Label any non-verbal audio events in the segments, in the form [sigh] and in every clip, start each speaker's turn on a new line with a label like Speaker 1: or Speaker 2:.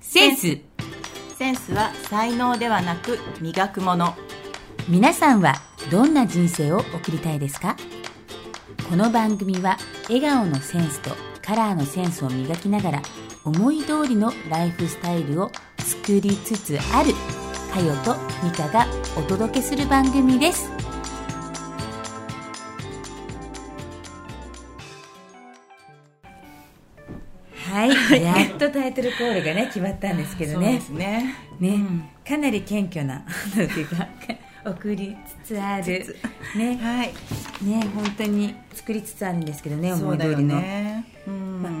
Speaker 1: センス
Speaker 2: センスは才能ではなく磨くもの
Speaker 1: 皆さんはどんな人生を送りたいですかこの番組は笑顔のセンスとカラーのセンスを磨きながら思い通りのライフスタイルを作りつつあるかよとみかがお届けする番組ですはい、やっとタイトルコールがね決まったんですけど
Speaker 2: そう
Speaker 1: ね
Speaker 2: ですね
Speaker 1: ね、
Speaker 2: うん
Speaker 1: かなり謙虚な [laughs] なんていうか送りつつあるね
Speaker 2: はい
Speaker 1: ね本当に作りつつあるんですけどね
Speaker 2: そ
Speaker 1: 思
Speaker 2: う
Speaker 1: い
Speaker 2: だ
Speaker 1: 通
Speaker 2: よ
Speaker 1: りの、
Speaker 2: ねうん、
Speaker 1: まあ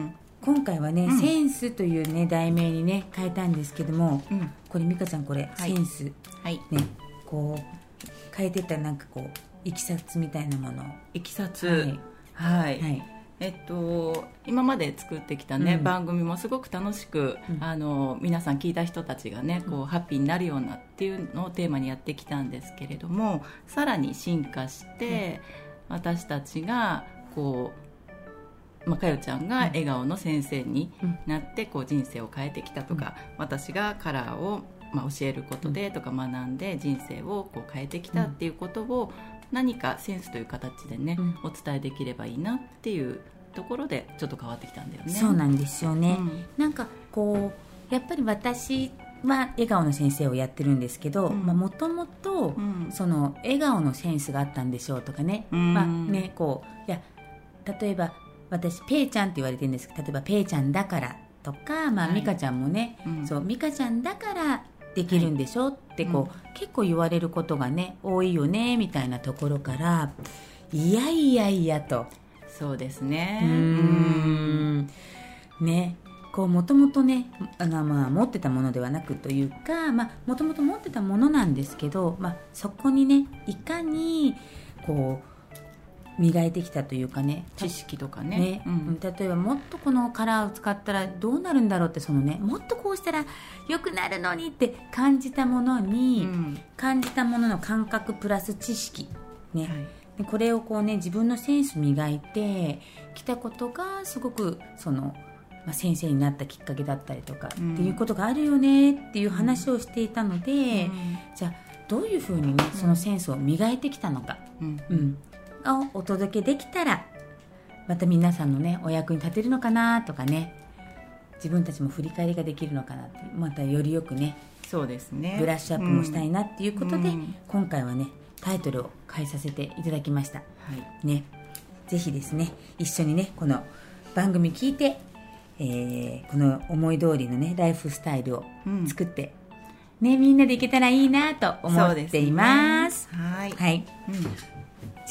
Speaker 1: 今回はね、
Speaker 2: うん
Speaker 1: センスというね題名にね変えたんですけども、
Speaker 2: うん
Speaker 1: これ美香ちゃんこれ、
Speaker 2: はい
Speaker 1: センスね
Speaker 2: はい
Speaker 1: こう変えてったなんかこういきさつみたいなものを
Speaker 2: いきさつはい、
Speaker 1: はい
Speaker 2: えっと、今まで作ってきた、ね
Speaker 1: うん
Speaker 2: 番組もすごく楽しく、
Speaker 1: うん
Speaker 2: あの皆さん聞いた人たちが、ねこうハッピーになるようなっていうのをテーマにやってきたんですけれどもさらに進化して、私たちがこう、まあ、かよちゃんが笑顔の先生になって、こう人生を変えてきたとか、私がカラーを、まあ、教えることでとか学んで人生をこう変えてきたっていうことを何かセンスという形でね、
Speaker 1: うん
Speaker 2: お伝えできればいいなっていうところでちょっと変わってきたんだよね。
Speaker 1: そう
Speaker 2: ね、
Speaker 1: なんですよね、なんかこうやっぱり私は笑顔の先生をやってるんですけど
Speaker 2: うん
Speaker 1: もともと
Speaker 2: うん
Speaker 1: その笑顔のセンスがあったんでしょうとかね、
Speaker 2: うん
Speaker 1: まあねこういや例えば私ペイちゃんって言われてるんですけど例えばペイちゃんだからとか、まあ
Speaker 2: はい
Speaker 1: 美香ちゃんもね、
Speaker 2: うん
Speaker 1: そう美香ちゃんだからできるんでしょってこう、結構言われることがね多いよねみたいなところからいやいやいやと。
Speaker 2: そうですね。
Speaker 1: うーんねこうもともとねあの、まあ、持ってたものではなくというかもともと持ってたものなんですけど、まあ、そこにねいかにこう磨いてきたというかね
Speaker 2: 知識とかね。
Speaker 1: ね
Speaker 2: うん
Speaker 1: 例えばもっとこのカラーを使ったらどうなるんだろうってそのねもっとこうしたら良くなるのにって感じたものに、
Speaker 2: うん
Speaker 1: 感じたものの感覚プラス知識、ね
Speaker 2: はい
Speaker 1: でこれをこうね自分のセンス磨いてきたことがすごくその、まあ、先生になったきっかけだったりとか、
Speaker 2: うん
Speaker 1: っていうことがあるよねっていう話をしていたので、じゃあどういうふうにねそのセンスを磨いてきたのか、
Speaker 2: うん
Speaker 1: うん、をお届けできたらまた皆さんのねお役に立てるのかなとかね自分たちも振り返りができるのかなってまたよりよくね
Speaker 2: そうですね。
Speaker 1: ブラッシュアップもしたい
Speaker 2: うん
Speaker 1: なっていうことで、
Speaker 2: うん
Speaker 1: 今回はねタイトルを変えさせていただきました
Speaker 2: はい。
Speaker 1: ねぜひですね一緒にねこの番組聞いて、えーこの思い通りのねライフスタイルを
Speaker 2: うん
Speaker 1: 作って、ねみんなでいけたらいいなと思
Speaker 2: そう
Speaker 1: っ
Speaker 2: です
Speaker 1: て
Speaker 2: ね
Speaker 1: います
Speaker 2: はい。
Speaker 1: はい
Speaker 2: うん
Speaker 1: じ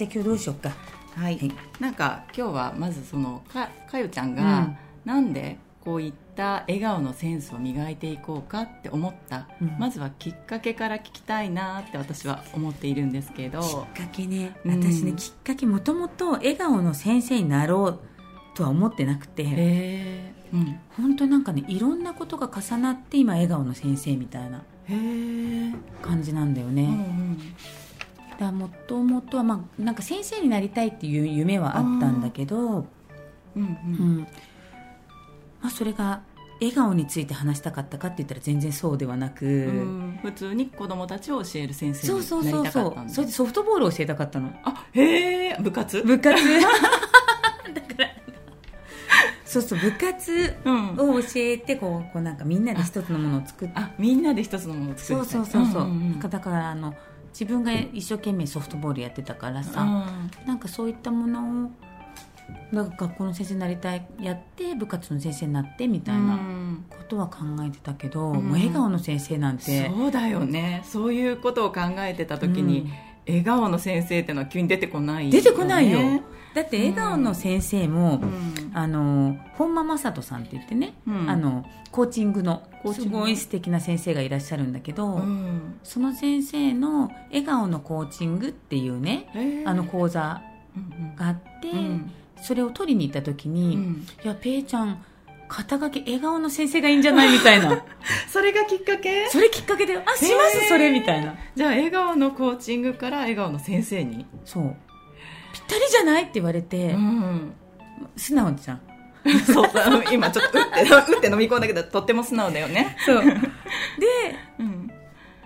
Speaker 1: ゃあ今日どうしようか
Speaker 2: はい、
Speaker 1: はい
Speaker 2: なんか今日はまずそのかかよちゃん
Speaker 1: う
Speaker 2: が
Speaker 1: ん
Speaker 2: なんでこういった笑顔のセンスを磨いていこうかって思った、
Speaker 1: うん
Speaker 2: まずはきっかけから聞きたいなって私は思っているんですけど
Speaker 1: きっかけね
Speaker 2: うん
Speaker 1: 私ね、きっかけもともと笑顔の先生になろうとは思ってなくて、
Speaker 2: へえ、うん、へ
Speaker 1: 本当なんかねいろんなことが重なって今笑顔の先生みたいな
Speaker 2: え、うん
Speaker 1: 感じなんだよね、
Speaker 2: う
Speaker 1: だから
Speaker 2: ん、
Speaker 1: もともとは、まあ、なんか先生になりたいっていう夢はあったんだけど、
Speaker 2: うんう
Speaker 1: うんんまあ、それが笑顔について話したかったかって言ったら全然そうではなく、
Speaker 2: うん普通に子供たちを教える先生
Speaker 1: そうそう
Speaker 2: に
Speaker 1: そ
Speaker 2: なり
Speaker 1: う
Speaker 2: たか
Speaker 1: そ
Speaker 2: ったん
Speaker 1: う
Speaker 2: だ
Speaker 1: それでソフトボールを教えたかったの
Speaker 2: あへえ部活
Speaker 1: 部 [laughs] 活だからそうそう部活
Speaker 2: うん
Speaker 1: を教えてこうこうなんかみんなで一つのものを作って
Speaker 2: あみんなで一つのものを作
Speaker 1: そ
Speaker 2: る
Speaker 1: うそうそうそう,、
Speaker 2: んんん
Speaker 1: なんかだからあの自分が一生懸命ソフトボールやってたからさ、
Speaker 2: うん
Speaker 1: なんかそういったものをなんか学校の先生になりたいやって部活の先生になってみたいな
Speaker 2: うん
Speaker 1: ことは考えてたけど、
Speaker 2: うん
Speaker 1: もう笑顔の先生なんて
Speaker 2: そうだよねそういうことを考えてた時に、
Speaker 1: うん
Speaker 2: 笑顔の先生ってのは急に出てこないよ
Speaker 1: 出
Speaker 2: ね、
Speaker 1: てこないよ、
Speaker 2: うん
Speaker 1: だって笑顔の先生も、
Speaker 2: うん
Speaker 1: あの本間正人さんって言ってね、
Speaker 2: うん
Speaker 1: あのコーチングの
Speaker 2: コーチ
Speaker 1: す
Speaker 2: ングの
Speaker 1: ごい素敵な先生がいらっしゃるんだけど、
Speaker 2: うん
Speaker 1: その先生の笑顔のコーチングっていうね
Speaker 2: へー
Speaker 1: あの講座
Speaker 2: うん
Speaker 1: があって、
Speaker 2: うん
Speaker 1: それを取りに行った時
Speaker 2: う
Speaker 1: に、
Speaker 2: ん
Speaker 1: いやペイちゃん肩書き笑顔の先生がいいんじゃないみたいな
Speaker 2: それがきっかけ
Speaker 1: [laughs] それきっかけであします、
Speaker 2: へー
Speaker 1: それみたいな
Speaker 2: じゃあ笑顔のコーチングから笑顔の先生に、
Speaker 1: そうぴったりじゃないって言われて、
Speaker 2: うん
Speaker 1: 素直じゃん
Speaker 2: [laughs] そうそう今ちょっとうって [laughs] うって飲み込んだけどとっても素直だよね、
Speaker 1: そうで
Speaker 2: うん、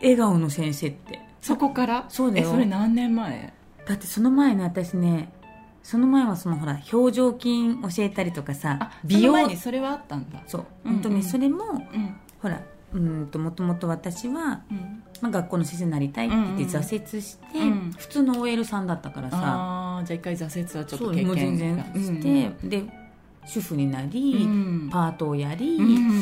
Speaker 1: 笑顔の先生って
Speaker 2: [laughs] そこから
Speaker 1: そうだよ
Speaker 2: えそれ何年前
Speaker 1: だってその前の私ねその前はそのほら表情筋教えたりとかさ
Speaker 2: あ
Speaker 1: 美
Speaker 2: 美容
Speaker 1: 容
Speaker 2: 前にそれはあったんだ
Speaker 1: そう
Speaker 2: うん
Speaker 1: 本当
Speaker 2: うん
Speaker 1: にそれも、
Speaker 2: うん
Speaker 1: ほらうーんともともと私は、
Speaker 2: うん
Speaker 1: まあ、学校の先生になりたいって言って
Speaker 2: うんうん
Speaker 1: 挫折して、
Speaker 2: うん
Speaker 1: 普通の OL さんだったからさ
Speaker 2: あーじゃあ一回挫折はちょっ
Speaker 1: そ
Speaker 2: と
Speaker 1: う
Speaker 2: 経験
Speaker 1: もう全然
Speaker 2: が
Speaker 1: して、で主婦にな
Speaker 2: う
Speaker 1: り、
Speaker 2: ん、
Speaker 1: パートをやり、
Speaker 2: うん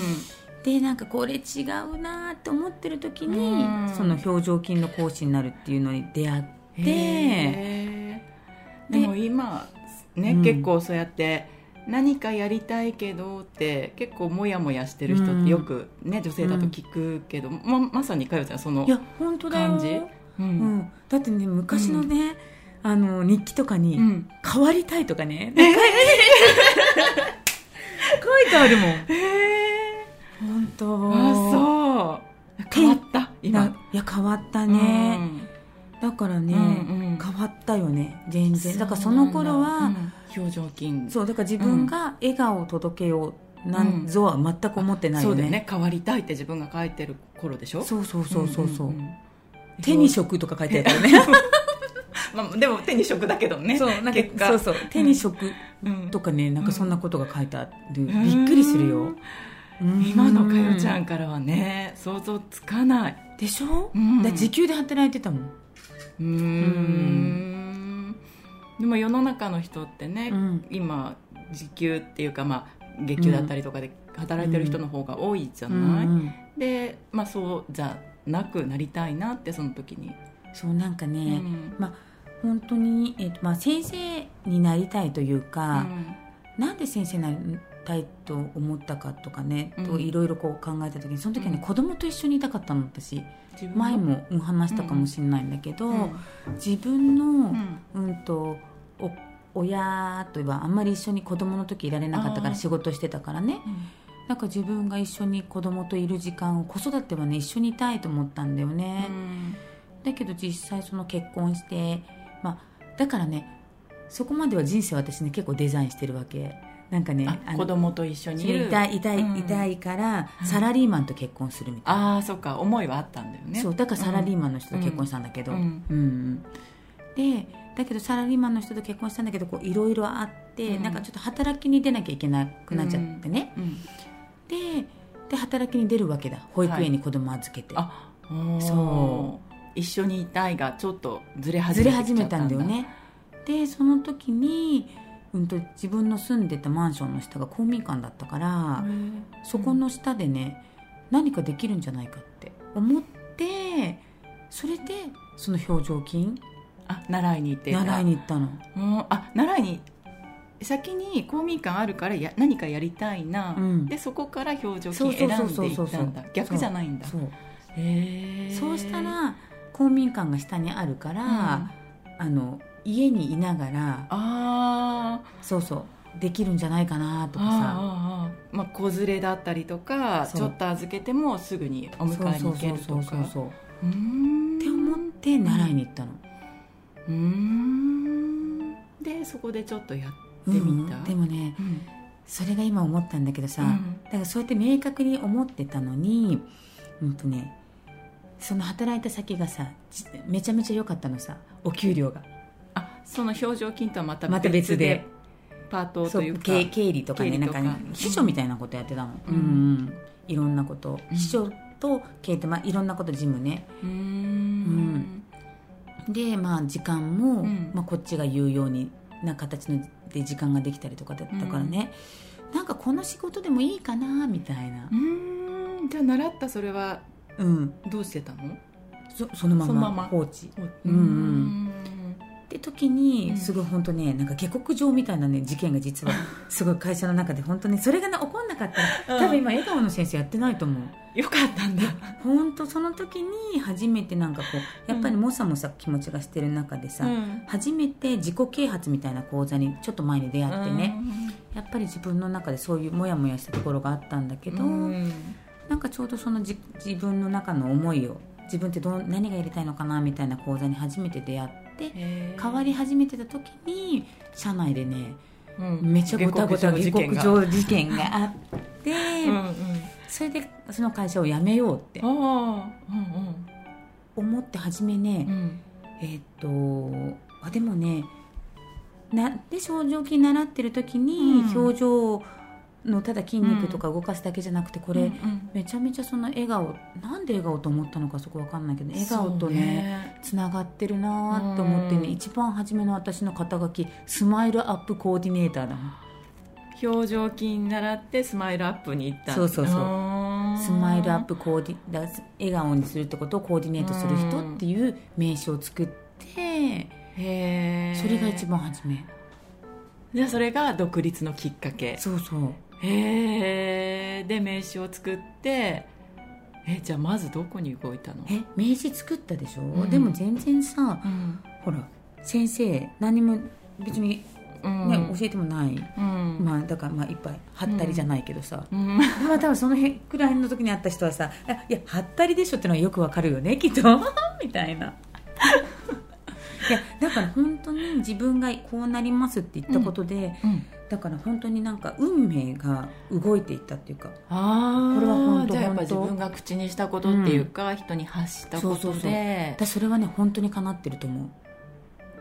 Speaker 1: でなんかこれ違うなーって思ってる時に、
Speaker 2: うん
Speaker 1: その表情筋の講師になるっていうのに出会ってで
Speaker 2: へーでも今ね、
Speaker 1: うん
Speaker 2: 結構そうやって何かやりたいけどって結構モヤモヤしてる人ってよく、ね女性だと聞くけど、ままさにかよちゃんその
Speaker 1: いや本当だよ
Speaker 2: 感じう
Speaker 1: うんん、だってね昔のね、あの日記とかに、
Speaker 2: うん
Speaker 1: 変わりたいとかね、書いて書いてあるもん
Speaker 2: へえ
Speaker 1: 本当
Speaker 2: あそう変わった今
Speaker 1: ないや変わったね、だからね、
Speaker 2: うんうん
Speaker 1: 変わったよね全然だからその頃は、
Speaker 2: うん表情筋
Speaker 1: そうだから自分が笑顔を届けようなんぞは全く思ってない
Speaker 2: そ
Speaker 1: よ
Speaker 2: うだ
Speaker 1: ね,、
Speaker 2: よね変わりたいって自分が書いてる頃でしょ
Speaker 1: そうそうそうそうそう,、
Speaker 2: んんん
Speaker 1: 手に職とか書いてあったよね
Speaker 2: まあ、でも手に職だけどね
Speaker 1: そうなん
Speaker 2: 結
Speaker 1: か
Speaker 2: 果
Speaker 1: そうそう手に職
Speaker 2: うん
Speaker 1: とかねなんかそんなことが書いてある、
Speaker 2: ん
Speaker 1: びっくりするよ
Speaker 2: 今のかよちゃ
Speaker 1: うん
Speaker 2: からはね想像つかない
Speaker 1: でしょ、
Speaker 2: うん
Speaker 1: だから時給で働いてたもん
Speaker 2: うーんでも世の中の人ってね、
Speaker 1: うん
Speaker 2: 今時給っていうかまあ月給だったりとかで働いてる人の方が多いじゃない、
Speaker 1: うんうん
Speaker 2: でまあそうじゃなくなりたいなってその時に、
Speaker 1: そうなんか
Speaker 2: う
Speaker 1: ね、
Speaker 2: ん
Speaker 1: 本当に、えっとまあ、先生になりたいというか、
Speaker 2: う
Speaker 1: なんで先生になりたいと思ったかとかね、
Speaker 2: うん
Speaker 1: といろいろこう考えた時にその時はね、
Speaker 2: うん
Speaker 1: 子供と一緒にいたかったの私
Speaker 2: ん
Speaker 1: 前もうん話したかもしれないんだけど、
Speaker 2: うん
Speaker 1: 自分
Speaker 2: う
Speaker 1: の、
Speaker 2: ん
Speaker 1: うん、とお親といえばあんまり一緒に子供の時いられなかったか
Speaker 2: あー
Speaker 1: ら仕事してたからねなんか自分が一緒に子供といる時間を子育てはね一緒にいたいと思ったんだよね。だけど実際その結婚して、まあ、だからねそこまでは人生私ね結構デザインしてるわけなんかね
Speaker 2: あ
Speaker 1: あの
Speaker 2: 子供と一緒にいる
Speaker 1: 痛い痛
Speaker 2: うん
Speaker 1: い痛いから、
Speaker 2: うん
Speaker 1: サラリーマンと結婚するみたいな、
Speaker 2: ああそっか思いはあったんだよね
Speaker 1: そうだからサラリーマンの人と結婚したんだけど、
Speaker 2: う
Speaker 1: うんんうんでだけどサラリーマンの人と結婚したんだけどこういろいろあって、
Speaker 2: うん
Speaker 1: なんかちょっと働きに出なきゃいけなくなっちゃってね、
Speaker 2: うん
Speaker 1: でで働きに出るわけだ保育園に子供預けて、
Speaker 2: あそ
Speaker 1: そう
Speaker 2: 一緒にいたいがちょっとずれ始
Speaker 1: ず
Speaker 2: め
Speaker 1: れ
Speaker 2: てき
Speaker 1: 始
Speaker 2: ちゃ
Speaker 1: め
Speaker 2: った
Speaker 1: んだよねでその時に、うん、と自分の住んでたマンションの下が公民館だったから、そこの下でね何かできるんじゃないかって思ってそれでその表情筋
Speaker 2: あ習いに行ってた
Speaker 1: 習いに行ったの
Speaker 2: うんあ習いに先に公民館あるからや何かやりたいな、
Speaker 1: うん
Speaker 2: でそこから表情
Speaker 1: そう
Speaker 2: 筋
Speaker 1: そ
Speaker 2: 選
Speaker 1: うそうんそう
Speaker 2: でいったんだ逆じゃないんだ
Speaker 1: そう
Speaker 2: へー
Speaker 1: そうしたら公民館が下にあるか
Speaker 2: う
Speaker 1: ら、
Speaker 2: ん
Speaker 1: あの家にいながら
Speaker 2: あー
Speaker 1: そうそうできるんじゃないかなとかさ
Speaker 2: あーあーまあ子連れだったりとか
Speaker 1: そう
Speaker 2: ちょっと預けてもすぐにお
Speaker 1: そう
Speaker 2: 迎えに
Speaker 1: そ
Speaker 2: 行
Speaker 1: う
Speaker 2: け
Speaker 1: そう
Speaker 2: る
Speaker 1: そ
Speaker 2: と
Speaker 1: う
Speaker 2: か
Speaker 1: そうそう
Speaker 2: うーん
Speaker 1: って思って習いに行ったの
Speaker 2: うーんでそこでちょっとやってみた、
Speaker 1: うんでもね
Speaker 2: うん
Speaker 1: それが今思ったんだけどさ、
Speaker 2: うん
Speaker 1: だからそうやって明確に思ってたのにうんとねその働いた先がさじめちゃめちゃ良かったのさお給料が
Speaker 2: あその表情筋とはまた
Speaker 1: また別で
Speaker 2: パート
Speaker 1: そ
Speaker 2: といううか
Speaker 1: 経経理とかね
Speaker 2: 経理
Speaker 1: な
Speaker 2: と
Speaker 1: ん
Speaker 2: か
Speaker 1: かね秘書みたいなことやってたの
Speaker 2: う
Speaker 1: うんん、うんいろんなこと、
Speaker 2: うん
Speaker 1: 秘書と経理と、まあ、いろんなこと事務ね
Speaker 2: うーん
Speaker 1: でまあ時間も、
Speaker 2: うん
Speaker 1: まあ、こっちが言うようにな形ので時間ができたりとかだったからね、なんかこの仕事でもいいかなみたいな
Speaker 2: う、ーんじゃあ習ったそれは
Speaker 1: うん、
Speaker 2: どうしてたの
Speaker 1: そそのま
Speaker 2: そのまま
Speaker 1: ま放置
Speaker 2: う
Speaker 1: うんんうんって時
Speaker 2: うん
Speaker 1: にすごい本当ねなんか下克上みたいなね事件が
Speaker 2: [laughs]
Speaker 1: 実はすごい会社の中で本当にそれがね起こんなかった
Speaker 2: うん
Speaker 1: ら多分今笑顔の先生やってないと思う
Speaker 2: よかったんだ
Speaker 1: 本当その時に初めてなんかこうやっぱりもさもさ気持ちがしてる中でさ、
Speaker 2: うん
Speaker 1: 初めて自己啓発みたいな講座にちょっと前に出会ってね、やっぱり自分の中でそういうモヤモヤしたところがあったんだけ
Speaker 2: うん
Speaker 1: ど、なんかちょうどそのじ自分の中の思いを自分ってどう何がやりたいのかなみたいな講座に初めて出会って
Speaker 2: へー
Speaker 1: 変わり始めてた時に社内でね
Speaker 2: うん
Speaker 1: めちゃごたごた下
Speaker 2: 下
Speaker 1: 克
Speaker 2: 克
Speaker 1: 上
Speaker 2: 上
Speaker 1: 事件があって、
Speaker 2: うんうん、あ
Speaker 1: それでその会社を辞めようって
Speaker 2: あ
Speaker 1: 思って初めね、
Speaker 2: うんうんうん
Speaker 1: えーっとあでもねなで症状筋習ってる時に
Speaker 2: うん
Speaker 1: 表情のただ筋肉とか動かすだけじゃなくてこれ、
Speaker 2: うんうん
Speaker 1: めちゃめちゃその笑顔なんで笑顔と思ったのかそこわかんないけど笑顔と
Speaker 2: そう
Speaker 1: ねつながってるなと思ってね、
Speaker 2: うん
Speaker 1: 一番初めの私の肩書きスマイルアップコーディネーターだもん
Speaker 2: 表情筋習ってスマイルアップに行った
Speaker 1: そうそうそう
Speaker 2: ーん
Speaker 1: スマイルアップコーディだ笑顔にするってことをコーディネートする人っていう名詞を作って
Speaker 2: へえ
Speaker 1: それが一番初め
Speaker 2: じゃあそれが独立のきっかけ
Speaker 1: そうそう
Speaker 2: へえで名刺を作ってえじゃあまずどこに動いたの
Speaker 1: え名刺作ったでしょ、
Speaker 2: ん
Speaker 1: でも全然さ
Speaker 2: うん
Speaker 1: ほら先生何も別に、ね
Speaker 2: うん
Speaker 1: 教えてもない、
Speaker 2: うん
Speaker 1: まあ、だからまあいっぱい貼ったりじゃないけどさ、
Speaker 2: うん
Speaker 1: まあ多分その辺くらいの時に会った人はさ「あいや貼ったりでしょ」ってのはよくわかるよね [laughs] きっとみたいな。いやだから本当に自分がこうなりますって言ったことで、
Speaker 2: うん
Speaker 1: だから本当になんか運命が動いていったっていうか
Speaker 2: ああ
Speaker 1: これは本当
Speaker 2: じゃあやっぱ
Speaker 1: 本
Speaker 2: 自
Speaker 1: 当
Speaker 2: 分が口にしたことっていうか、人に発したことで
Speaker 1: そうそうそう私それはね本当にかなってると思う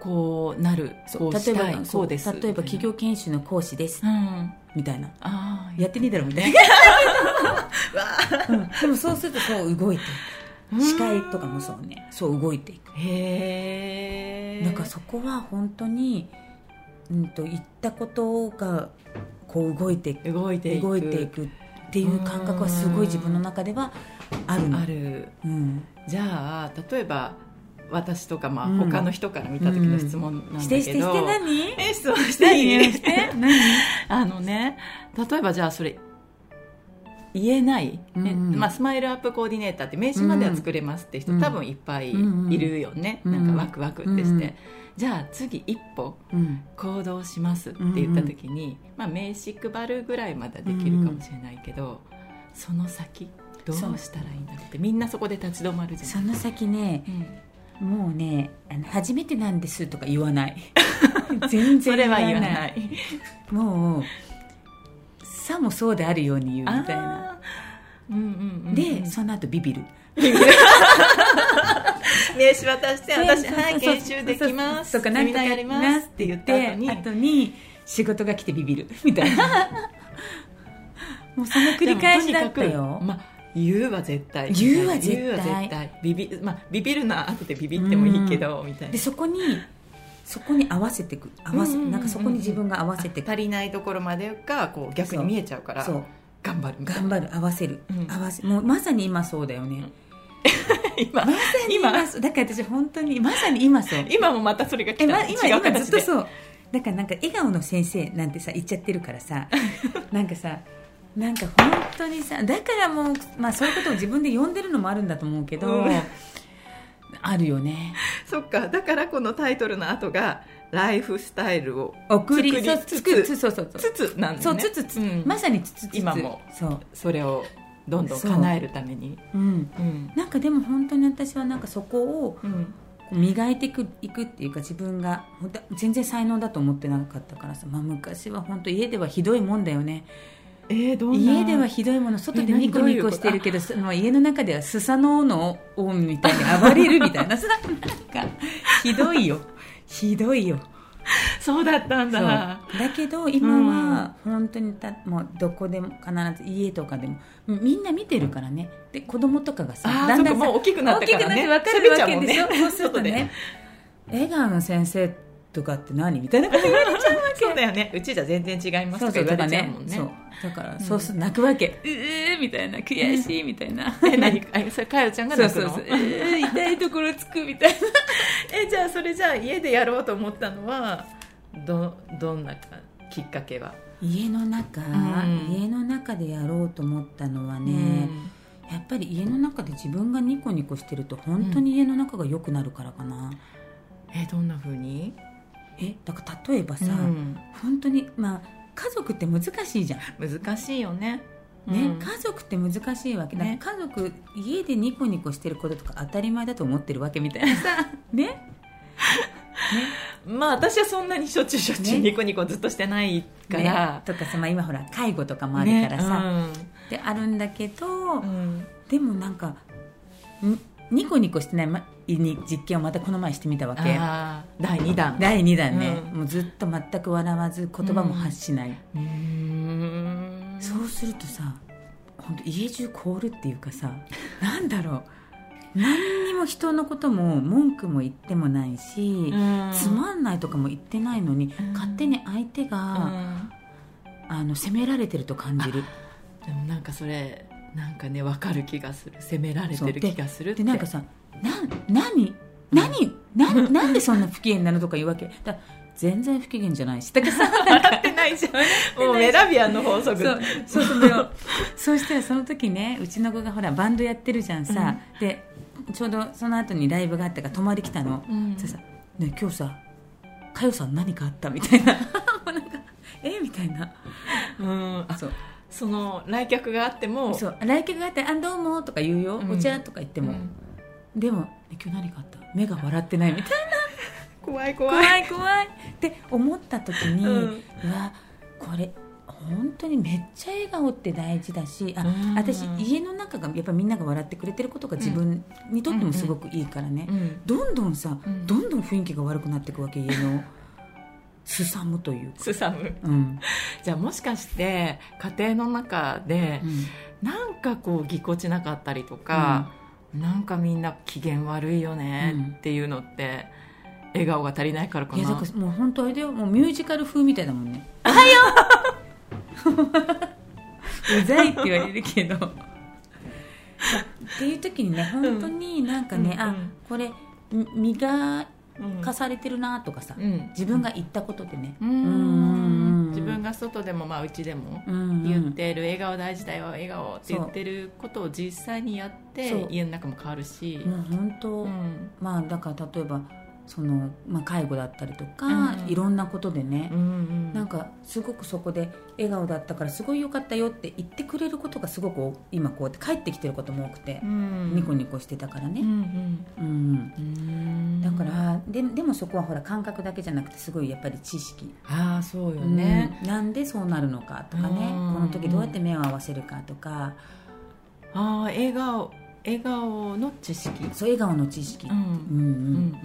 Speaker 2: こうなるこう
Speaker 1: 例え
Speaker 2: したい
Speaker 1: ば
Speaker 2: こうです
Speaker 1: 例えば企業研修の講師です
Speaker 2: うんあ
Speaker 1: みたいな
Speaker 2: あ
Speaker 1: やってねえだろみたいな [laughs] うんでもそうするとそう動いていく司会とかもそうねそう動いていく
Speaker 2: へえ
Speaker 1: だからそこは本当に、うん、と言ったことがこう動いていく
Speaker 2: 動いていく
Speaker 1: 動いていくっていう感覚はすごい自分の中ではあるの
Speaker 2: ある
Speaker 1: うん、
Speaker 2: じゃあ例えば私とか、まあ
Speaker 1: うん
Speaker 2: 他の人から見た時の質問なんだけど、
Speaker 1: してしてして何
Speaker 2: え質問して [laughs] い
Speaker 1: 何
Speaker 2: い
Speaker 1: して何
Speaker 2: あのね例えばじゃあそれ言えない、ね
Speaker 1: うんうん
Speaker 2: まあ、スマイルアップコーディネーターって名刺までは作れますって人、
Speaker 1: うん
Speaker 2: 多分いっぱい
Speaker 1: うんうん
Speaker 2: いるよね、
Speaker 1: うん
Speaker 2: なんかワクワクってして、
Speaker 1: うんうん
Speaker 2: じゃあ次一歩
Speaker 1: うん
Speaker 2: 行動しますって言った時に、まあ、名刺配るぐらいまではできるかもしれないけど、その先どうしたらいいんだろうってみんなそこで立ち止まるじゃん
Speaker 1: その先ね
Speaker 2: うん
Speaker 1: もうねあの「初めてなんです」とか言わない
Speaker 2: [laughs]
Speaker 1: 全然
Speaker 2: それは言わない
Speaker 1: もう「さもそうであるように言う」みたいな
Speaker 2: あーうんうんうん、
Speaker 1: でその後ビビる
Speaker 2: 名刺渡して私
Speaker 1: そうそう
Speaker 2: はい
Speaker 1: そう
Speaker 2: 研修できます
Speaker 1: とか
Speaker 2: セ
Speaker 1: 何
Speaker 2: ミ
Speaker 1: と
Speaker 2: ナ
Speaker 1: か
Speaker 2: ーやりますって言った後に
Speaker 1: 後に仕事が来てビビるみたいなもうその繰り返しだった
Speaker 2: でも
Speaker 1: よ
Speaker 2: とにかくまあ言うは絶対
Speaker 1: 言うは絶対
Speaker 2: 言うは絶対ビビ,、まあ、ビビるのは後でビビってもいいけど、みたい
Speaker 1: で
Speaker 2: な
Speaker 1: そこにそこに合わせてく合わせ
Speaker 2: うんうんうんうん
Speaker 1: なんかそこに自分が合わせてく
Speaker 2: 足りないところまでがこう逆に見えちゃうから
Speaker 1: そう
Speaker 2: 頑張るみたい
Speaker 1: 頑
Speaker 2: な
Speaker 1: 張る合わせる、
Speaker 2: うん
Speaker 1: 合わせもうまさに今そうだよね、
Speaker 2: 今
Speaker 1: まさに今
Speaker 2: 今
Speaker 1: そうだから私本当にまさに今そう
Speaker 2: 今もまたそれが来
Speaker 1: え、
Speaker 2: た、
Speaker 1: ま、今
Speaker 2: 違う
Speaker 1: 今
Speaker 2: 形
Speaker 1: ずっと
Speaker 2: で
Speaker 1: そうだからなんか笑顔の先生なんてさ言っちゃってるから
Speaker 2: [laughs]
Speaker 1: さなんかさなんか本当にさだからもう、まあ、そういうことを自分で呼んでるのもあるんだと思うけど、
Speaker 2: うん
Speaker 1: あるよね
Speaker 2: そっかだからこのタイトルの後が「ライフスタイルを
Speaker 1: 送り
Speaker 2: 作り
Speaker 1: そう
Speaker 2: つつ
Speaker 1: 作つそうそうそう
Speaker 2: つつ」なん
Speaker 1: そ
Speaker 2: だ
Speaker 1: う
Speaker 2: ね
Speaker 1: つつつ、
Speaker 2: うん
Speaker 1: まさにつつつつ
Speaker 2: 今も
Speaker 1: そう、
Speaker 2: それをどんどん叶えるために
Speaker 1: うん、
Speaker 2: うん
Speaker 1: なんかでも本当に私はなんかそこを
Speaker 2: うん
Speaker 1: 磨いていくいくっていうか自分が本当全然才能だと思ってなかったからさ、まあ、昔は本当家ではひどいもんだよね
Speaker 2: えー、どんな
Speaker 1: 家ではひどいもの外で
Speaker 2: え何
Speaker 1: ニコニコしてるけどその家の中ではスサノオの王みたいに暴れるみた
Speaker 2: [laughs]
Speaker 1: いなさなんかひどいよひどいよ
Speaker 2: そうだったん
Speaker 1: そうだ
Speaker 2: だ
Speaker 1: けど今は本当にたもうどこでも必ず家とかでもみんな見てるからねで子供とかがさ
Speaker 2: あー
Speaker 1: だんだん
Speaker 2: そっか
Speaker 1: さ
Speaker 2: もう大きくなったからね
Speaker 1: 大きくなって分かるわけでしょ、
Speaker 2: 喋っちゃうもんね
Speaker 1: そうするとね笑顔の先生とかって何みたいなこと言われちゃうわけ
Speaker 2: そうだよねうちじゃ全然違います
Speaker 1: そう
Speaker 2: と
Speaker 1: そ
Speaker 2: か
Speaker 1: うとか
Speaker 2: 言われちゃう
Speaker 1: ね
Speaker 2: [laughs] もんね
Speaker 1: そうだからそうすると泣くわけ、うーみたいな悔しいみたいな
Speaker 2: え何 [laughs] あそれかよちゃんが
Speaker 1: そう
Speaker 2: 泣く
Speaker 1: そう
Speaker 2: の
Speaker 1: そう、えー痛いところつくみたいな
Speaker 2: えじゃあそれじゃあ家でやろうと思ったのはどどんなかきっかけは
Speaker 1: 家の中、
Speaker 2: ん
Speaker 1: 家の中でやろうと思ったのは
Speaker 2: う
Speaker 1: ね、
Speaker 2: ん
Speaker 1: やっぱり家の中で自分がニコニコしてると本当に家の中が良くなるからかな、
Speaker 2: えどんなふうに
Speaker 1: えだから例えばさ、
Speaker 2: うん
Speaker 1: 本当にまあ家族って難しいじゃん、
Speaker 2: 難しいよね
Speaker 1: ね
Speaker 2: うん
Speaker 1: 家族って難しいわけだ、
Speaker 2: ね
Speaker 1: 家族家でニコ [laughs] ニコしてることとか当たり前だと思ってるわけみたいなさねね
Speaker 2: まあ私はそんなにしょっちゅうしょっちゅう
Speaker 1: ね
Speaker 2: ニコニコずっとしてないか
Speaker 1: ね
Speaker 2: ら、
Speaker 1: とかさ、まあ、今ほら介護とかもある
Speaker 2: ね
Speaker 1: からさ、であるんだけど、
Speaker 2: うんうん
Speaker 1: でもなんかんニコニコしてないまに実験をまたこの前してみたわけ
Speaker 2: あー第2弾
Speaker 1: 第2弾ね、
Speaker 2: うん
Speaker 1: もうずっと全く笑わず言葉も発しない、
Speaker 2: うーん
Speaker 1: そうするとさ本当家中凍るっていうかさなんだろう何にも人のことも文句も言ってもないし、
Speaker 2: うん
Speaker 1: つまんないとかも言ってないのに、
Speaker 2: うん
Speaker 1: 勝手に相手が、あの責められてると感じる
Speaker 2: うんでもなんかそれなんかね分かる気がする責められてる気がするっ
Speaker 1: で
Speaker 2: て [laughs]
Speaker 1: なんかさ「な何何ななんでそんな不機嫌なの?」とか言うわけだから全然不機嫌じゃないしだからさ
Speaker 2: 笑ってないじゃんもうメラビアンの法則
Speaker 1: [laughs] そうそうそれをそうしたらその時ねうちの子がほらバンドやってるじゃんさ、でちょうどその後にライブがあったから泊まり来たの、
Speaker 2: うん
Speaker 1: そしたら「ねえ今日さ佳代さん何かあった?」みたいな [laughs] もうなんか「えみたいな
Speaker 2: うんあ
Speaker 1: そう
Speaker 2: その来客があっても
Speaker 1: そう来客があって「あどうも」とか言うよ「
Speaker 2: うん
Speaker 1: お茶」とか言って
Speaker 2: で
Speaker 1: も、でも、ね「今日何かあった目が笑ってない」みたいな
Speaker 2: 怖い怖い
Speaker 1: 怖い怖いって思った時に、う
Speaker 2: うん
Speaker 1: わこれ本当にめっちゃ笑顔って大事だしあ、
Speaker 2: うん
Speaker 1: 私家の中がやっぱみんなが笑ってくれてることが自分にとってもすごくいいからね、
Speaker 2: うん
Speaker 1: どんどんさ、
Speaker 2: うん
Speaker 1: どんどん雰囲気が悪くなっていくわけ家の [laughs] すさむというか、
Speaker 2: すさむ
Speaker 1: うん
Speaker 2: じゃあもしかして家庭の中でなんかこうぎこちなかったりとか、なんかみんな機嫌悪いよねっていうのって笑顔が足りないからか
Speaker 1: い
Speaker 2: な
Speaker 1: やだからもう本当あれだよもうミュージカル風みたいだもんねおは [laughs] よううざいって言われるけどっていう時にね本当になんかね、
Speaker 2: うん
Speaker 1: あ
Speaker 2: うん
Speaker 1: これみ磨
Speaker 2: うん
Speaker 1: かされてるなとかさ、
Speaker 2: うん
Speaker 1: 自分が言ったことでね
Speaker 2: う
Speaker 1: うん
Speaker 2: ん自分が外でもまあうちでも言っ、てる笑顔大事だよ笑顔って言ってることを実際にやって
Speaker 1: そう
Speaker 2: 家の中も変わるし
Speaker 1: うんうんもう本当、
Speaker 2: うん
Speaker 1: まあだから例えばその、まあ、介護だったりとか、
Speaker 2: うん
Speaker 1: いろんなことでね、
Speaker 2: うん
Speaker 1: なんかすごくそこで笑顔だったからすごい良かったよって言ってくれることがすごく今こうやって帰ってきてることも多くて
Speaker 2: う、ん
Speaker 1: ニコニコしてたから
Speaker 2: うん
Speaker 1: ね、うん
Speaker 2: うん
Speaker 1: だからででもそこはほら感覚だけじゃなくてすごいやっぱり知識、
Speaker 2: ああそうよね、
Speaker 1: うんなんでそうなるのかとかね、
Speaker 2: うん
Speaker 1: この時どうやって目を合わせるかとか
Speaker 2: ああ笑顔笑顔の知識
Speaker 1: そう笑顔の知識、う
Speaker 2: うんん
Speaker 1: う
Speaker 2: うん
Speaker 1: ん
Speaker 2: う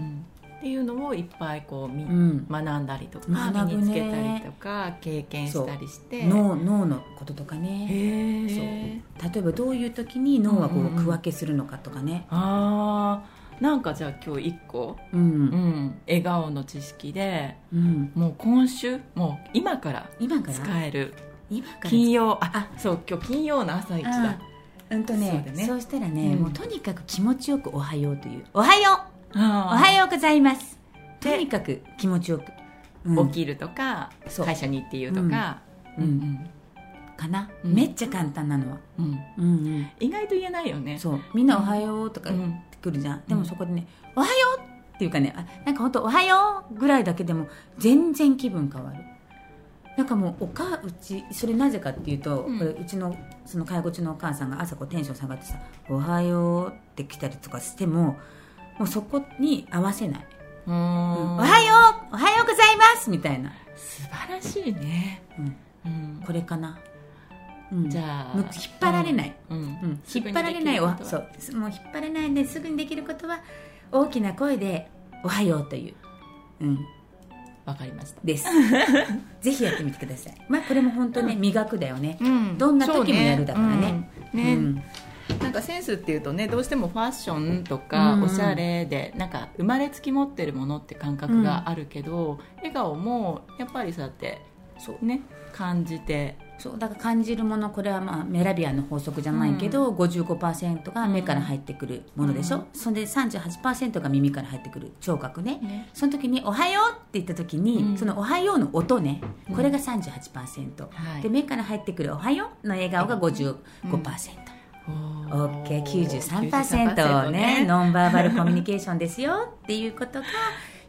Speaker 2: んっていうのをいっぱいこうみ、
Speaker 1: うん
Speaker 2: 学んだりとか、
Speaker 1: 学ぶね
Speaker 2: 身につけたりとか経験したりして
Speaker 1: 脳脳のこととか
Speaker 2: へ
Speaker 1: ね
Speaker 2: え
Speaker 1: 例えばどういう時に脳はこ
Speaker 2: うんうんう
Speaker 1: うん区分けするのかとかね、
Speaker 2: あーなんかじゃあ今日一個、
Speaker 1: う
Speaker 2: うんん、笑顔の知識で
Speaker 1: うん、
Speaker 2: もう今週もう今から
Speaker 1: 今から
Speaker 2: 使える
Speaker 1: 今から
Speaker 2: 金曜あそう今日金曜の朝一だ
Speaker 1: うんうんとねそう
Speaker 2: そうだね
Speaker 1: したらね、
Speaker 2: うん
Speaker 1: もうとにかく気持ちよく「おはよう」という「おはよう」「
Speaker 2: お
Speaker 1: おはようございます」とにかく気持ちよく、うん
Speaker 2: 起きるとか、
Speaker 1: そう
Speaker 2: 会社に行って言うとか、
Speaker 1: うんかな、
Speaker 2: うん
Speaker 1: めっちゃ簡単なのは、
Speaker 2: うんう
Speaker 1: う
Speaker 2: ん
Speaker 1: んうん
Speaker 2: 意外と言えないよね
Speaker 1: そうみんな「おはよう」とか
Speaker 2: う
Speaker 1: 言
Speaker 2: ん
Speaker 1: ってくるじゃん、でもそこでね「おはよう」っていうかねあなんか本当おはよう」ぐらいだけでも全然気分変わるなんかもうおかうちそれなぜかっていうと、
Speaker 2: うん
Speaker 1: これうちのその介護中のお母さんが朝こうテンション下がってさ「おはよう」って来たりとかしてももうそこに合わせない「
Speaker 2: お
Speaker 1: お
Speaker 2: は
Speaker 1: はようおはようございます」みたいな、
Speaker 2: 素晴らしいね、
Speaker 1: うん
Speaker 2: うん
Speaker 1: これかな、うん、
Speaker 2: じ
Speaker 1: あ
Speaker 2: ゃあ
Speaker 1: 引っ張られない、
Speaker 2: うん
Speaker 1: うん、引っ張られないわそうすもう引っ張らないですぐにできることは大きな声で「おはよう」という、うん、
Speaker 2: わかりました
Speaker 1: です [laughs] ぜひやってみてくださいまあこれも本当ね、磨くだよね
Speaker 2: うん
Speaker 1: どんな時もやるだからね
Speaker 2: そうね,、
Speaker 1: う
Speaker 2: うんね
Speaker 1: ん
Speaker 2: なんかセンスっていうとねどうしてもファッションとか
Speaker 1: うん
Speaker 2: おしゃれで、なんか生まれつき持ってるものって感覚があるけど、笑顔もやっぱりそうやって
Speaker 1: そう
Speaker 2: ね感じて
Speaker 1: そうだから感じるものこれはまあメラビアンの法則じゃないけど、55%が目から入ってくるものでしょ、
Speaker 2: うん
Speaker 1: それで38%が耳から入ってくる聴覚ね、
Speaker 2: ね
Speaker 1: その時に「おはよう」って言った時に、
Speaker 2: うん
Speaker 1: その「おはよう」の音ね
Speaker 2: うん
Speaker 1: これが38%、
Speaker 2: はい
Speaker 1: で目から入ってくる「おはよう」の笑顔が55%、OK93% をねノンバー
Speaker 2: [laughs]
Speaker 1: バルコミュニケーションですよっていうことが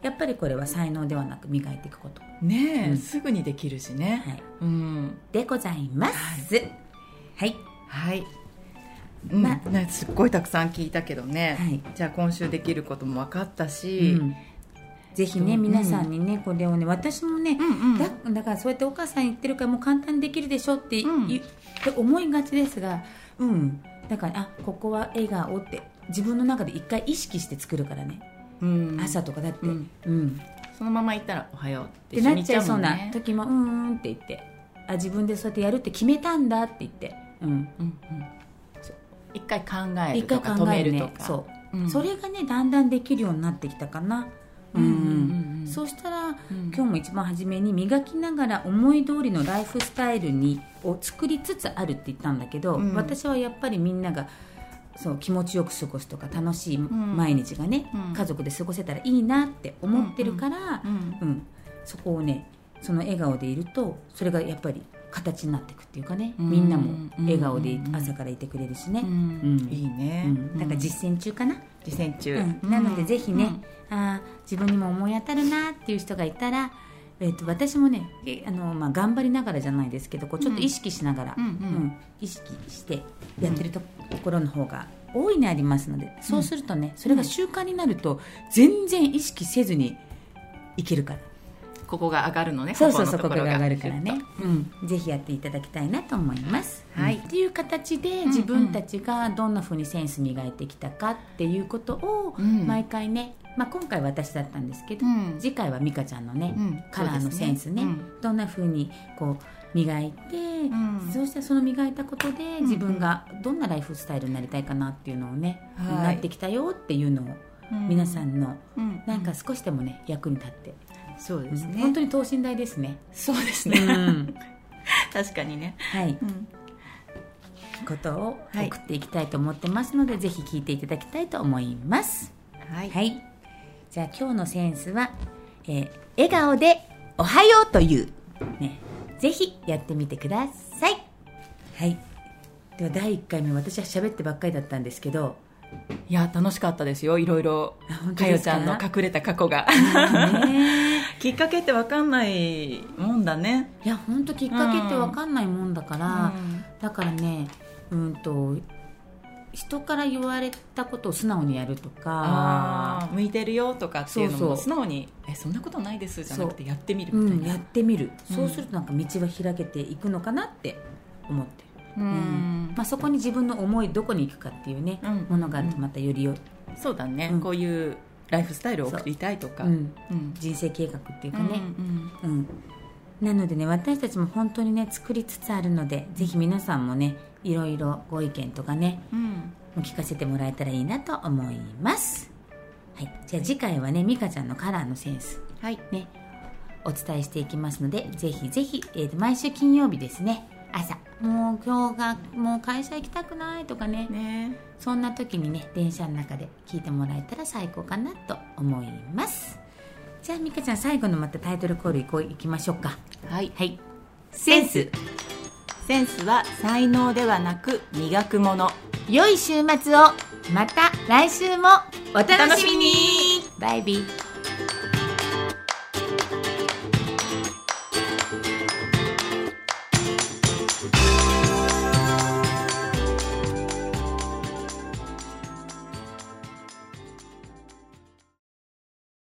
Speaker 1: やっぱりこれは才能ではなく磨いていくこと、は
Speaker 2: ねえ、
Speaker 1: うん
Speaker 2: すぐにできるしね、
Speaker 1: い、
Speaker 2: うん
Speaker 1: でございますはい、はい
Speaker 2: はい、うん
Speaker 1: ま
Speaker 2: ねすっごいたくさん聞いたけどね、
Speaker 1: はい
Speaker 2: じゃあ今週できることも分かったし、
Speaker 1: うんぜひね
Speaker 2: うん
Speaker 1: 皆さんにねこれをね私もね、
Speaker 2: うんうん
Speaker 1: だだからそうやってお母さん言ってるからもう簡単にできるでしょって,、
Speaker 2: うん
Speaker 1: って思いがちですがうんだからあここは笑顔って自分の中で一回意識して作るからね、
Speaker 2: うん
Speaker 1: 朝とかだって、う
Speaker 2: うんん
Speaker 1: っ
Speaker 2: そのまま行ったら「おはよう」っ
Speaker 1: て
Speaker 2: て一緒
Speaker 1: な
Speaker 2: に
Speaker 1: っちゃいそう
Speaker 2: 行
Speaker 1: な
Speaker 2: っちゃ
Speaker 1: 時もうーんって言ってあ自分でそうやってやるって決めたんだって言って、うん、
Speaker 2: うもんねうんうんそう一回考え
Speaker 1: 一
Speaker 2: ると
Speaker 1: 回
Speaker 2: か
Speaker 1: 考
Speaker 2: 止
Speaker 1: え
Speaker 2: め
Speaker 1: る
Speaker 2: る
Speaker 1: ね
Speaker 2: とか、
Speaker 1: そうう、
Speaker 2: ん
Speaker 1: それがねだんだんできるようになってきたかな、
Speaker 2: うんうんうんうん
Speaker 1: そうしたら
Speaker 2: うん
Speaker 1: 今日も一番初めに磨きながら思い通りのライフスタイルにを作りつつあるって言ったんだけど、
Speaker 2: うん
Speaker 1: 私はやっぱりみんながそう気持ちよく過ごすとか楽しい
Speaker 2: ん
Speaker 1: 毎日がね、
Speaker 2: うん
Speaker 1: 家族で過ごせたらいいなって思ってるから、
Speaker 2: う
Speaker 1: うん
Speaker 2: ん
Speaker 1: そこをねその笑顔でいるとそれがやっぱり形になっていくっていうかね、
Speaker 2: うん
Speaker 1: みんなも笑顔で
Speaker 2: うん
Speaker 1: 朝からいてくれるしね、
Speaker 2: うん
Speaker 1: うん
Speaker 2: いいね、
Speaker 1: うん、だから実践中かな、
Speaker 2: 実践中、
Speaker 1: うんなのでぜひね、あー自分にも思い当たるなっていう人がいたら、えー、と私もねえあの、まあ、頑張りながらじゃないですけどこうちょっと意識しながら、
Speaker 2: うんうん
Speaker 1: 意識してやってるところの方が多いにありますのでそうするとねそれが習慣になると全然意識せずにいけるから。
Speaker 2: ここが上がるのね
Speaker 1: そうそうそう
Speaker 2: こ
Speaker 1: こ
Speaker 2: こ
Speaker 1: こ
Speaker 2: のと
Speaker 1: が
Speaker 2: ころ
Speaker 1: 上がるからね、うん、ぜひやっていただきたいなと思います。
Speaker 2: はい
Speaker 1: っていう形で
Speaker 2: ん
Speaker 1: 自分たちがどんなふうにセンス磨いてきたかっていうことを
Speaker 2: うん
Speaker 1: 毎回ね、まあ、今回私だったんですけど、
Speaker 2: うん
Speaker 1: 次回は美香ちゃんのね、
Speaker 2: うん
Speaker 1: カラー
Speaker 2: そ
Speaker 1: の
Speaker 2: うです
Speaker 1: セ
Speaker 2: ね
Speaker 1: ンスね
Speaker 2: うん
Speaker 1: どんなふうにこう磨いて、
Speaker 2: ん
Speaker 1: そうしたらその磨いたことで自分がどんなライフスタイルになりたいかなっていうのをね、
Speaker 2: はい
Speaker 1: なってきたよっていうのを
Speaker 2: うん
Speaker 1: 皆さんの
Speaker 2: うん
Speaker 1: なんか少しでもね役に立って。
Speaker 2: そう
Speaker 1: う
Speaker 2: で
Speaker 1: ん
Speaker 2: すね、
Speaker 1: 本当に等身大ですね。
Speaker 2: そうですね、
Speaker 1: [laughs]
Speaker 2: 確かにね、
Speaker 1: はい、
Speaker 2: うん
Speaker 1: ことを
Speaker 2: はい
Speaker 1: 送っていきたいと思ってますので、ぜひ聞いていただきたいと思います。
Speaker 2: はい
Speaker 1: はい、じゃあ今日のセンスは、えー笑顔でおはようというね、ぜひやってみてください。はい、では第一回目私は喋ってばっかりだったんですけ
Speaker 2: [laughs]
Speaker 1: ど、
Speaker 2: いや楽しかったですよいろいろ
Speaker 1: あ本当
Speaker 2: か
Speaker 1: で
Speaker 2: よ
Speaker 1: す
Speaker 2: ち
Speaker 1: か
Speaker 2: ゃんの隠れた過
Speaker 1: [laughs]
Speaker 2: 去が
Speaker 1: ね、
Speaker 2: きっかけって分かんないもんだね
Speaker 1: いや本当きっかけってわかんないもんだから、
Speaker 2: うん
Speaker 1: だからね、うんと。人から言われたことを素直にやるとか
Speaker 2: あー向いてるよとかっていうの
Speaker 1: そう
Speaker 2: も
Speaker 1: そう
Speaker 2: 素直に「えそんなことないです」じゃなくてやってみる
Speaker 1: う
Speaker 2: み
Speaker 1: ん、
Speaker 2: たい
Speaker 1: や
Speaker 2: な、
Speaker 1: ってみる、
Speaker 2: うん
Speaker 1: そうするとなんか道は開けていくのかなって思って
Speaker 2: う
Speaker 1: る、
Speaker 2: ん
Speaker 1: まあ、そこに自分の思いどこに行くかっていうね、
Speaker 2: うん
Speaker 1: ものがあるとまたよりよ、
Speaker 2: そうだね、
Speaker 1: うん
Speaker 2: こういうライフスタイルを送りたいとか、
Speaker 1: う
Speaker 2: うん
Speaker 1: ん、人生計画っていうか
Speaker 2: う
Speaker 1: ね、
Speaker 2: ん
Speaker 1: うんなのでね私たちも本当にね作りつつあるのでぜひ皆さんもねいろいろご意見とかね
Speaker 2: うん
Speaker 1: もう聞かせてもらえたらいいなと思います、はい、じゃあ次回はね美香ちゃんのカラーのセンス
Speaker 2: はい
Speaker 1: ね、お伝えしていきますのでぜひぜひ、えーと毎週金曜日ですね朝もう今日がもう会社行きたくないとかね
Speaker 2: ね
Speaker 1: そんな時にね電車の中で聞いてもらえたら最高かなと思いますじゃあ美香ちゃん最後のまたタイトルコールいこういきましょうか
Speaker 2: はい
Speaker 1: はい
Speaker 2: センスセンスは才能ではなく磨くもの
Speaker 1: 良い週末をまた来週もお楽しみにバイビー